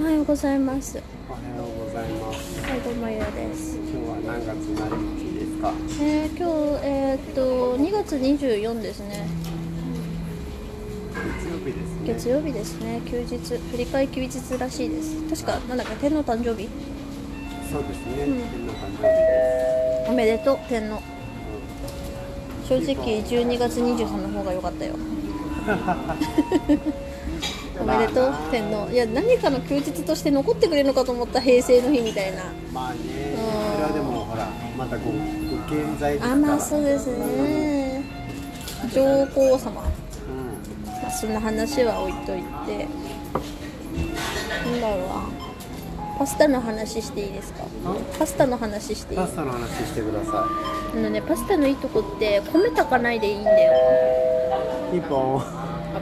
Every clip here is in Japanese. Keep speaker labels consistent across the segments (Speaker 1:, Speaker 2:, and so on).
Speaker 1: おはようございます。
Speaker 2: おはようございます。
Speaker 1: 最後まゆです。
Speaker 2: 今日は何月何日ですか。
Speaker 1: えー、今日えーっと2月24ですね。
Speaker 2: 月曜日ですね。
Speaker 1: 月曜日ですね。休日振り替え休日らしいです。確かなんだっけ天皇誕生日
Speaker 2: そうですね。
Speaker 1: うん
Speaker 2: 変な感じで
Speaker 1: おめでとう天皇。
Speaker 2: す。
Speaker 1: 正直12月23の方が良かった よ。おめでとう天皇。いや何かの休日として残ってくれるのかと思った平成の日みたいな。
Speaker 2: うんまあね、
Speaker 1: ん
Speaker 2: それはでもほらまたごご健在ですから。
Speaker 1: あまあそうですね。上皇様。
Speaker 2: う
Speaker 1: まあ、そんな話は置いといてなんだろうなパスタの話していいですか
Speaker 2: ん。
Speaker 1: パスタの話していい
Speaker 2: パ
Speaker 1: あ
Speaker 2: スタの話してくださ
Speaker 1: のねパスタのいいとこって米炊かないでいいんだよ
Speaker 2: い。一本。
Speaker 1: わ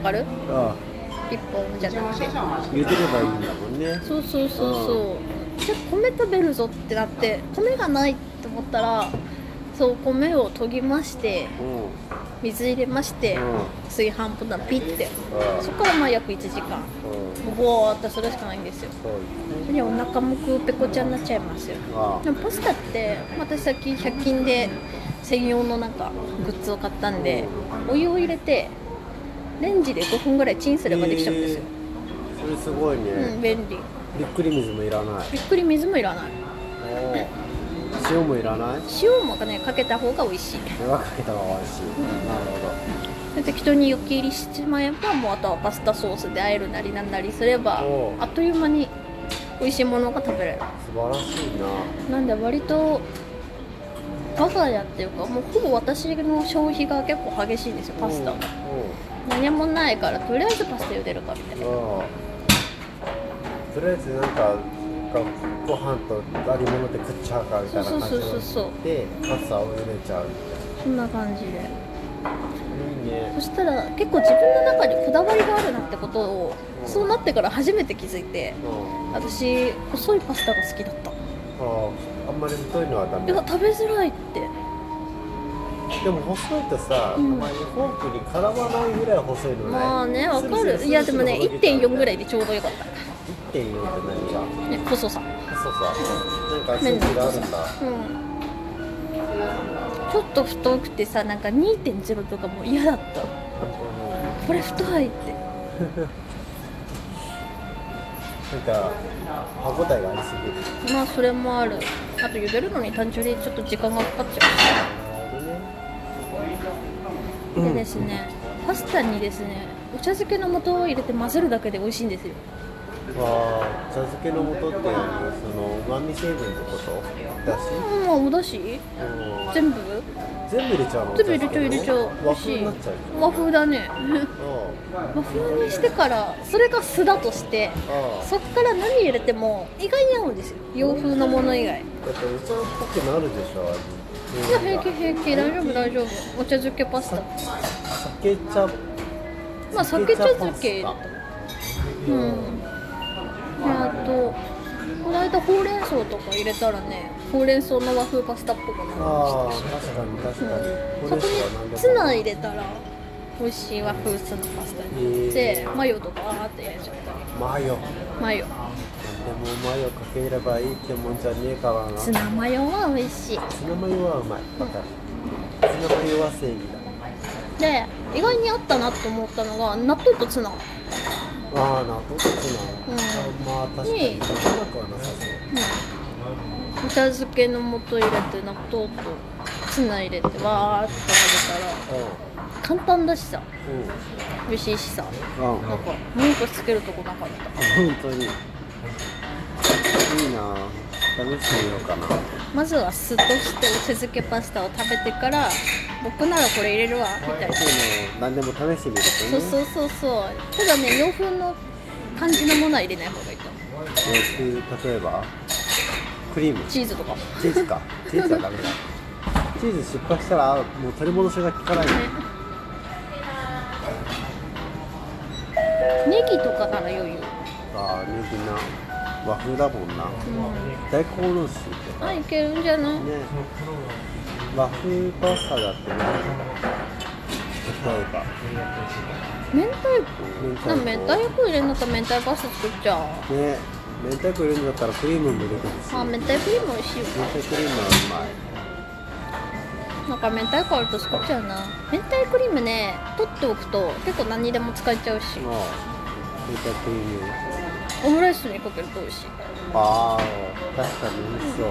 Speaker 1: かる
Speaker 2: ああ
Speaker 1: 一本じゃなくて
Speaker 2: 茹でればいいんだもんね。
Speaker 1: そうそうそうそうじゃあ米食べるぞってなって米がないって思ったらそう米を研ぎまして
Speaker 2: うん。うん。
Speaker 1: 水入れまして炊飯ポンだピッて
Speaker 2: ああ
Speaker 1: そこからまあ約1時間
Speaker 2: うん。
Speaker 1: もうぼーっとするしかないんですよ
Speaker 2: そうですね。
Speaker 1: でお腹もくうぺこちゃになっちゃいますよ
Speaker 2: あ
Speaker 1: でもパスタって私さっき100均で専用のなんかグッズを買ったんでお湯を入れてレンジで5分ぐらいチンすればできちゃうんですよ、
Speaker 2: あ。それすごいね。
Speaker 1: うん便利
Speaker 2: びっくり水もいらない。
Speaker 1: びっくり水もいらない
Speaker 2: おー塩もいらない。
Speaker 1: 塩もねかけた方が美味しい
Speaker 2: 長かけたら美味しい。なるほど。
Speaker 1: で適当に湯切りしちまえばもうあとはパスタソースで和えるなりなんなりすれば
Speaker 2: おう
Speaker 1: あっという間に美味しいものが食べれる
Speaker 2: 素晴らしいな。
Speaker 1: なんで割と我が家っていうかもうほぼ私の消費が結構激しいんですよパスタ
Speaker 2: うん
Speaker 1: が。何もないからとりあえずパスタ茹でるかみたいな
Speaker 2: うんうんとりあえずなんか。がご飯と揚げ物で食っちゃうかみたいな感じ
Speaker 1: そうそうそうそう
Speaker 2: になってパスタを茹でちゃうみた
Speaker 1: そんな感じで
Speaker 2: いないいね
Speaker 1: そしたら結構自分の中にこだわりがあるなってことを
Speaker 2: うん
Speaker 1: そうなってから初めて気づいて
Speaker 2: うん
Speaker 1: 私細いパスタが好きだった
Speaker 2: あああんまり太いのはダメ
Speaker 1: いや食べづらいって
Speaker 2: でも細いとさ、
Speaker 1: うん
Speaker 2: たまにフォークに絡まないぐらい細いのね
Speaker 1: まあねわかるいやでもね1.4ぐらいでちょうどよかった、
Speaker 2: 1.4って何じゃん
Speaker 1: ね、細さ
Speaker 2: 細さなんか数字があるんだ
Speaker 1: うんちょっと太くてさなんか2.0とかもう嫌だった
Speaker 2: うん
Speaker 1: これ太いって
Speaker 2: なんか歯応えがありすぎる
Speaker 1: まあそれもあるあと茹でるのに単純にちょっと時間がかかっちゃう
Speaker 2: なるほどね
Speaker 1: でですね、パスタにですね、お茶漬けの素を入れて混ぜるだけで美味しいんですよ。
Speaker 2: あー茶漬けの素ってその旨味成分ってことだし、
Speaker 1: うん、おだし
Speaker 2: うん
Speaker 1: 全部
Speaker 2: 全部入れちゃうの
Speaker 1: 全部入れちゃう入れちゃう。美
Speaker 2: 和
Speaker 1: 味し
Speaker 2: 風
Speaker 1: い
Speaker 2: になっちゃう。
Speaker 1: 和風だね。
Speaker 2: あ
Speaker 1: 和風にしてから、それが酢だとして、
Speaker 2: あ
Speaker 1: そっから何入れても意外に合うんですよ。洋風のもの以外。
Speaker 2: だってお茶っぽくなるでしょ
Speaker 1: いや、
Speaker 2: 味
Speaker 1: 平気平気。大丈夫大丈夫。お茶漬けパスタ。
Speaker 2: 酒茶
Speaker 1: まあ、酒茶漬け
Speaker 2: パ
Speaker 1: だ
Speaker 2: ス
Speaker 1: と。
Speaker 2: タ
Speaker 1: うん。であと、この間ほうれん草とか入れたらね、ほうれん草の和風パスタっぽくなりました。
Speaker 2: ああ確かに確かに
Speaker 1: そ
Speaker 2: こ
Speaker 1: こ
Speaker 2: れしか何で
Speaker 1: に
Speaker 2: も
Speaker 1: ツナ入れたら美味しい和風ツナパスタになってマヨとかあってやれちゃっ
Speaker 2: マヨでも
Speaker 1: たマヨ
Speaker 2: マヨかければいいってもんじゃねえからな
Speaker 1: ツナマヨは美味しい
Speaker 2: ツナマヨはうまいわかるツナマヨは正義だ
Speaker 1: で意外にあったなと思ったのが納豆とツナ
Speaker 2: ああ納豆とツナ、まあ確かに
Speaker 1: ね
Speaker 2: 食べなくはなさそ
Speaker 1: お
Speaker 2: う
Speaker 1: 茶漬けの素入れて納豆とツナ入れてわーって食べ
Speaker 2: う
Speaker 1: たら簡単だしさ
Speaker 2: ん
Speaker 1: 美味しいしさ
Speaker 2: うん
Speaker 1: なんか文句つけるとこなかった
Speaker 2: 本当にいいなぁ試してみようかな
Speaker 1: まずは酢としてお茶漬けパスタを食べてから僕ならこれ入れるわみたいな
Speaker 2: そういうの何でも試してみるとね
Speaker 1: そうそうそうそうただね洋風の感じのものは入れない方がいいと思
Speaker 2: 洋風例えばクリーム
Speaker 1: うチーズとかね
Speaker 2: チーズかチーズはダメだチーズ失敗したらもう取り戻しが効かないね
Speaker 1: ネギとかなら良いよ、
Speaker 2: ああ人気な和風だもんな
Speaker 1: うん、
Speaker 2: 大根おろしとか
Speaker 1: あ
Speaker 2: ね
Speaker 1: いけるんじゃない
Speaker 2: 和風パスタだってね例えば
Speaker 1: 明太
Speaker 2: 明太
Speaker 1: 子でも明太子入れんのか明太パスタ作っちゃ
Speaker 2: 子ね明太子入れるんだったらクリームも入れてほしい
Speaker 1: あ明太クリーム美味しいよ
Speaker 2: 明太クリームは
Speaker 1: なんか明太子あると作っちゃうな明太クリームね取っておくと結構何にでも使えちゃうし
Speaker 2: うまいああ明太クリーム
Speaker 1: オムライスにかけると美味しい
Speaker 2: ああ確かに美味しそう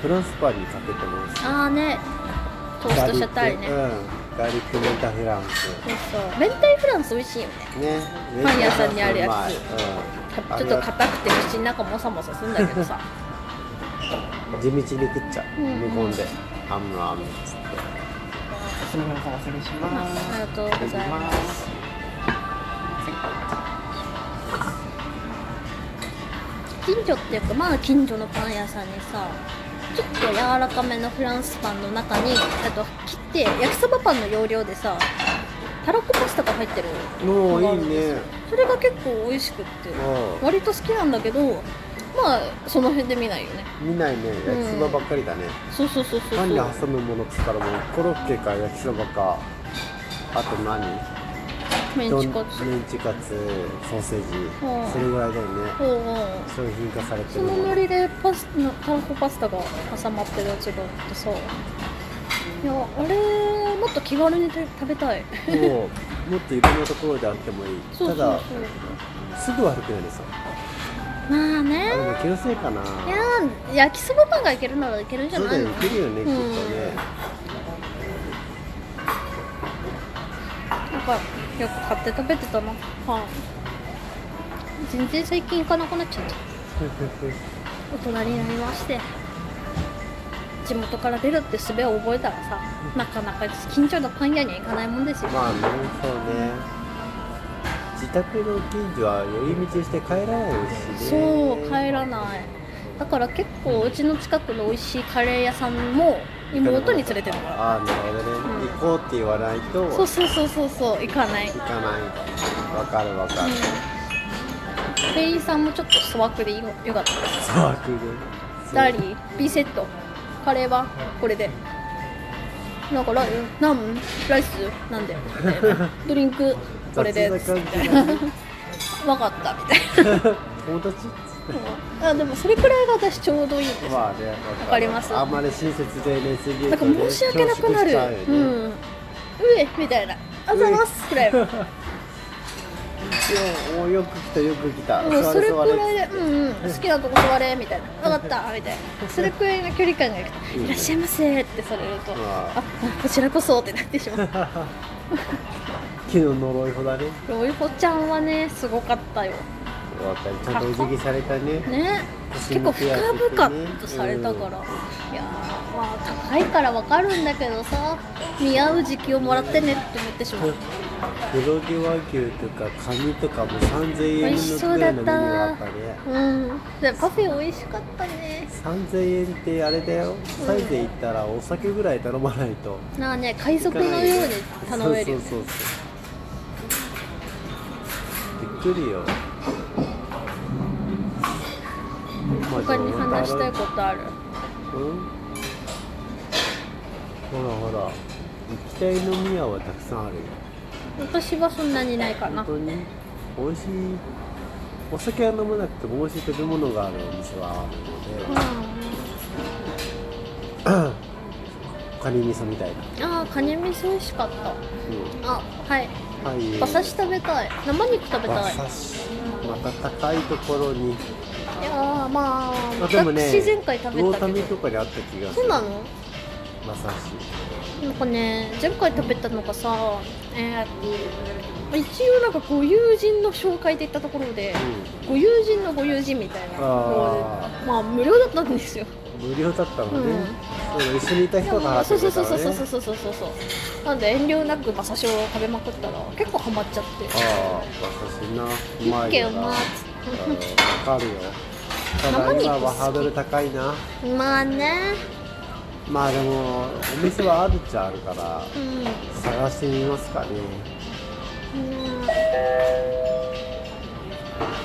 Speaker 2: フランスパンにかけても美味しい
Speaker 1: ああねトーストしちゃったりね
Speaker 2: ガ
Speaker 1: そう
Speaker 2: リックうんガーリックメンタフランス
Speaker 1: そう明太フランス美味しいよね
Speaker 2: ね
Speaker 1: パン屋さんにあるやつ
Speaker 2: うまい
Speaker 1: ちょっと硬くて口の中もさもさするんだけどさ
Speaker 2: うん、地道に食っちゃう、
Speaker 1: うん
Speaker 2: 無言で「アムのアム」っつって
Speaker 3: すみません、お忘れし
Speaker 1: まあ
Speaker 3: ます。
Speaker 1: ありがとうございます近所っていうかまあ近所のパン屋さんにさちょっと柔らかめのフランスパンの中にあと切って焼きそばパンの容量でさたらこパスタが入ってる
Speaker 2: もういい
Speaker 1: のがあるんです
Speaker 2: ね
Speaker 1: よそれが結構美味しくって
Speaker 2: う
Speaker 1: 割と好きなんだけどまあその辺で見ないよね
Speaker 2: ん見ないね焼きそばばっかりだね、
Speaker 1: そうそうそうそうそ
Speaker 2: パンに
Speaker 1: う
Speaker 2: 挟むものっつったらもうコロッケか焼きそばかあと何
Speaker 1: メンチカツ
Speaker 2: メンチカツソーセージ、
Speaker 1: うん
Speaker 2: それぐらいだよね
Speaker 1: おうおう
Speaker 2: 商品化されて
Speaker 1: そ
Speaker 2: る
Speaker 1: の
Speaker 2: もの
Speaker 1: ノリでパスなたらこパスタが挟まってるやつがあってさいやあれもっと気軽にて食べたい
Speaker 2: もうもっといろんなところであってもいい
Speaker 1: そうそうそう
Speaker 2: ただすぐ悪くないですよ
Speaker 1: まあ
Speaker 2: あ
Speaker 1: ね
Speaker 2: でも気のせいかない
Speaker 1: やー焼きそばパンがいけるならいけるんじゃ
Speaker 2: そう
Speaker 1: な
Speaker 2: だ
Speaker 1: い
Speaker 2: よ
Speaker 1: の
Speaker 2: いけるよねきっとね
Speaker 1: なんかよく買って食べてたなパン全然最近行かなくなっちゃった大人になりまして地元から出るって術を覚えたらさなかなか近所のパン屋には行かないもんですよ、
Speaker 2: まあねそうね自宅の近所は寄り道して帰らないしね
Speaker 1: そう帰らないだから結構うちの近くの美味しいカレー屋さんも妹に連れてるから
Speaker 2: ああなるほどね、
Speaker 1: うん
Speaker 2: 行こうって言わないと
Speaker 1: そう
Speaker 2: 行
Speaker 1: そうそうそうそう行かない、うん、
Speaker 2: かないわかるわかる
Speaker 1: 店員さんもちょっと粗悪でよよかった
Speaker 2: サークル
Speaker 1: ダリー B セットカレーはこれでなんかライなんライスなんだよドリンクこれで
Speaker 2: 雑な感じだね
Speaker 1: 分かったみたい
Speaker 2: 友達
Speaker 1: なあでもそれくらいが私ちょうどいいです
Speaker 2: まあね
Speaker 1: わかります
Speaker 2: あんまり親切でねすぎる
Speaker 1: なん
Speaker 2: とね
Speaker 1: か申し訳なくなる
Speaker 2: 恐縮しち
Speaker 1: う
Speaker 2: ゃうよね
Speaker 1: んうえみたいなあざますくらいも
Speaker 2: いやおよく来たよく来た
Speaker 1: うそれく
Speaker 2: 座れ
Speaker 1: らいでうんうん好きなとこ座れみたいな分かったみたいなそれくらいの距離感がいく
Speaker 2: いい
Speaker 1: と
Speaker 2: ね
Speaker 1: いらっしゃいませってされると
Speaker 2: うわ
Speaker 1: あこちらこそってなってしまう
Speaker 2: 昨日呪いほどだね
Speaker 1: ロイホちゃんはねすごかったよ
Speaker 2: わかるちゃんとお辞儀されたね
Speaker 1: ね
Speaker 2: 腰
Speaker 1: 結構
Speaker 2: 向け
Speaker 1: 深
Speaker 2: やすくてね
Speaker 1: 々とされたから、いやーまあ高いからわかるんだけどさ見合う時期をもらってねって思ってしまう
Speaker 2: 黒毛和牛とかカニとかも3000円
Speaker 1: 美味しそ
Speaker 2: の
Speaker 1: う
Speaker 2: ぐら
Speaker 1: だ
Speaker 2: い
Speaker 1: っ
Speaker 2: の
Speaker 1: た
Speaker 2: メニューがあったね
Speaker 1: うんでパフェ美味しかったね
Speaker 2: 3000円ってあれだよサイで行ったらお酒ぐらい頼まないと
Speaker 1: なあね海賊のように頼めるよね
Speaker 2: そうそうそうそうびっくりよ
Speaker 1: 他に話したいことある
Speaker 2: うんほらほら行きたい飲み屋はたくさんあるよ
Speaker 1: 私はそんなにないかな
Speaker 2: 本当に美味しいお酒は飲まなくても美味しい食べ物があるお店はあるの
Speaker 1: う
Speaker 2: でカニ味噌みたいな、
Speaker 1: んああカニ味噌美味しかった
Speaker 2: う
Speaker 1: あはい
Speaker 2: ん、はい
Speaker 1: 馬刺し食べたい生肉食べた
Speaker 2: 馬
Speaker 1: い
Speaker 2: 刺しまた高いところに
Speaker 1: いやーまあ
Speaker 2: あでもね
Speaker 1: 私前回食べた
Speaker 2: 魚
Speaker 1: け
Speaker 2: 民と
Speaker 1: ど
Speaker 2: かにあった気がす
Speaker 1: そ
Speaker 2: る
Speaker 1: うなの
Speaker 2: 馬刺し
Speaker 1: なんかね前回食べたのがさ、えー一応なんかご友人の紹介で行ったところで、ご友人のご友人みたいな
Speaker 2: あ
Speaker 1: まあ無料だったんですよ
Speaker 2: 無料だったのね、
Speaker 1: うん
Speaker 2: そうだ一緒にいた
Speaker 1: いや
Speaker 2: 人
Speaker 1: ま
Speaker 2: が
Speaker 1: あ
Speaker 2: 払
Speaker 1: そう
Speaker 2: ってく
Speaker 1: そう
Speaker 2: れた
Speaker 1: そう
Speaker 2: の
Speaker 1: そう
Speaker 2: ね
Speaker 1: そうそうそうそうなんで遠慮なく馬刺しを食べまくったら結構ハマっちゃって
Speaker 2: ああ馬刺しなう
Speaker 1: ユ
Speaker 2: ま
Speaker 1: ッ
Speaker 2: い
Speaker 1: ケ
Speaker 2: よ
Speaker 1: う
Speaker 2: な
Speaker 1: まっ
Speaker 2: あーわかるよただ
Speaker 1: 生肉
Speaker 2: 今はハードル高いな
Speaker 1: つってまあね
Speaker 2: まあでもお店はあるっちゃあるから
Speaker 1: うん
Speaker 2: 探してみますかね
Speaker 1: うん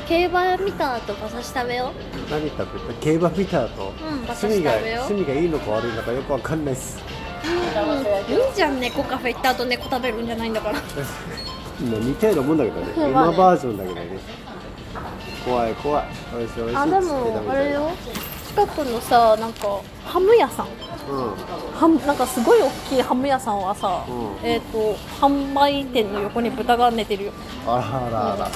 Speaker 1: 競馬見た後馬刺し食べよ
Speaker 2: 何食べた競馬見た後、
Speaker 1: ううん馬
Speaker 2: 趣
Speaker 1: 刺し
Speaker 2: 味
Speaker 1: 食
Speaker 2: が
Speaker 1: べよう
Speaker 2: 趣味がいいのか悪いのかよくわかんないっす
Speaker 1: うんいいじゃん猫カフェ行った後猫食べるんじゃないんだから
Speaker 2: もう似たようなもんだけどね、
Speaker 1: まあね
Speaker 2: 今バージョンだけどね怖い怖いおいしいおいしい
Speaker 1: あで
Speaker 2: つってたみ
Speaker 1: もあ
Speaker 2: たい
Speaker 1: れ
Speaker 2: な
Speaker 1: よ近くのさなんかハム屋さんハムなんかすごい大きいハム屋さんはさ、
Speaker 2: うん
Speaker 1: えっ、と販売店の横に豚が寝てるよ
Speaker 2: うんあらあらあら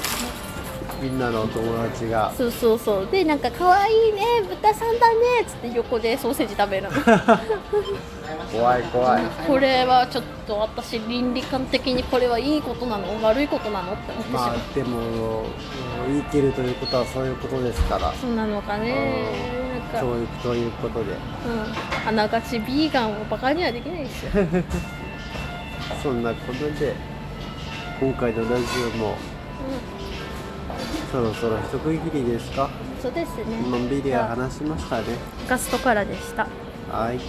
Speaker 2: みんなのお友達が
Speaker 1: そうそうそうでなんか可愛いね豚さんだねっつって横でソーセージ食べるの
Speaker 2: 怖い怖い
Speaker 1: これはちょっと私倫理観的にこれはいいことなの悪いことなのって思ってしま
Speaker 2: ま
Speaker 1: う、
Speaker 2: あでも生きるということはそういうことですから
Speaker 1: そうなのかねなんか、
Speaker 2: 教育ということで
Speaker 1: うん、あながちビーガンをバカにはできないですよ
Speaker 2: そんなことで今回のラジオも
Speaker 1: う
Speaker 2: そろそろ一区切りですか
Speaker 1: んそうですね
Speaker 2: のんびり話しましたね
Speaker 1: ガストからでした
Speaker 2: はい
Speaker 1: は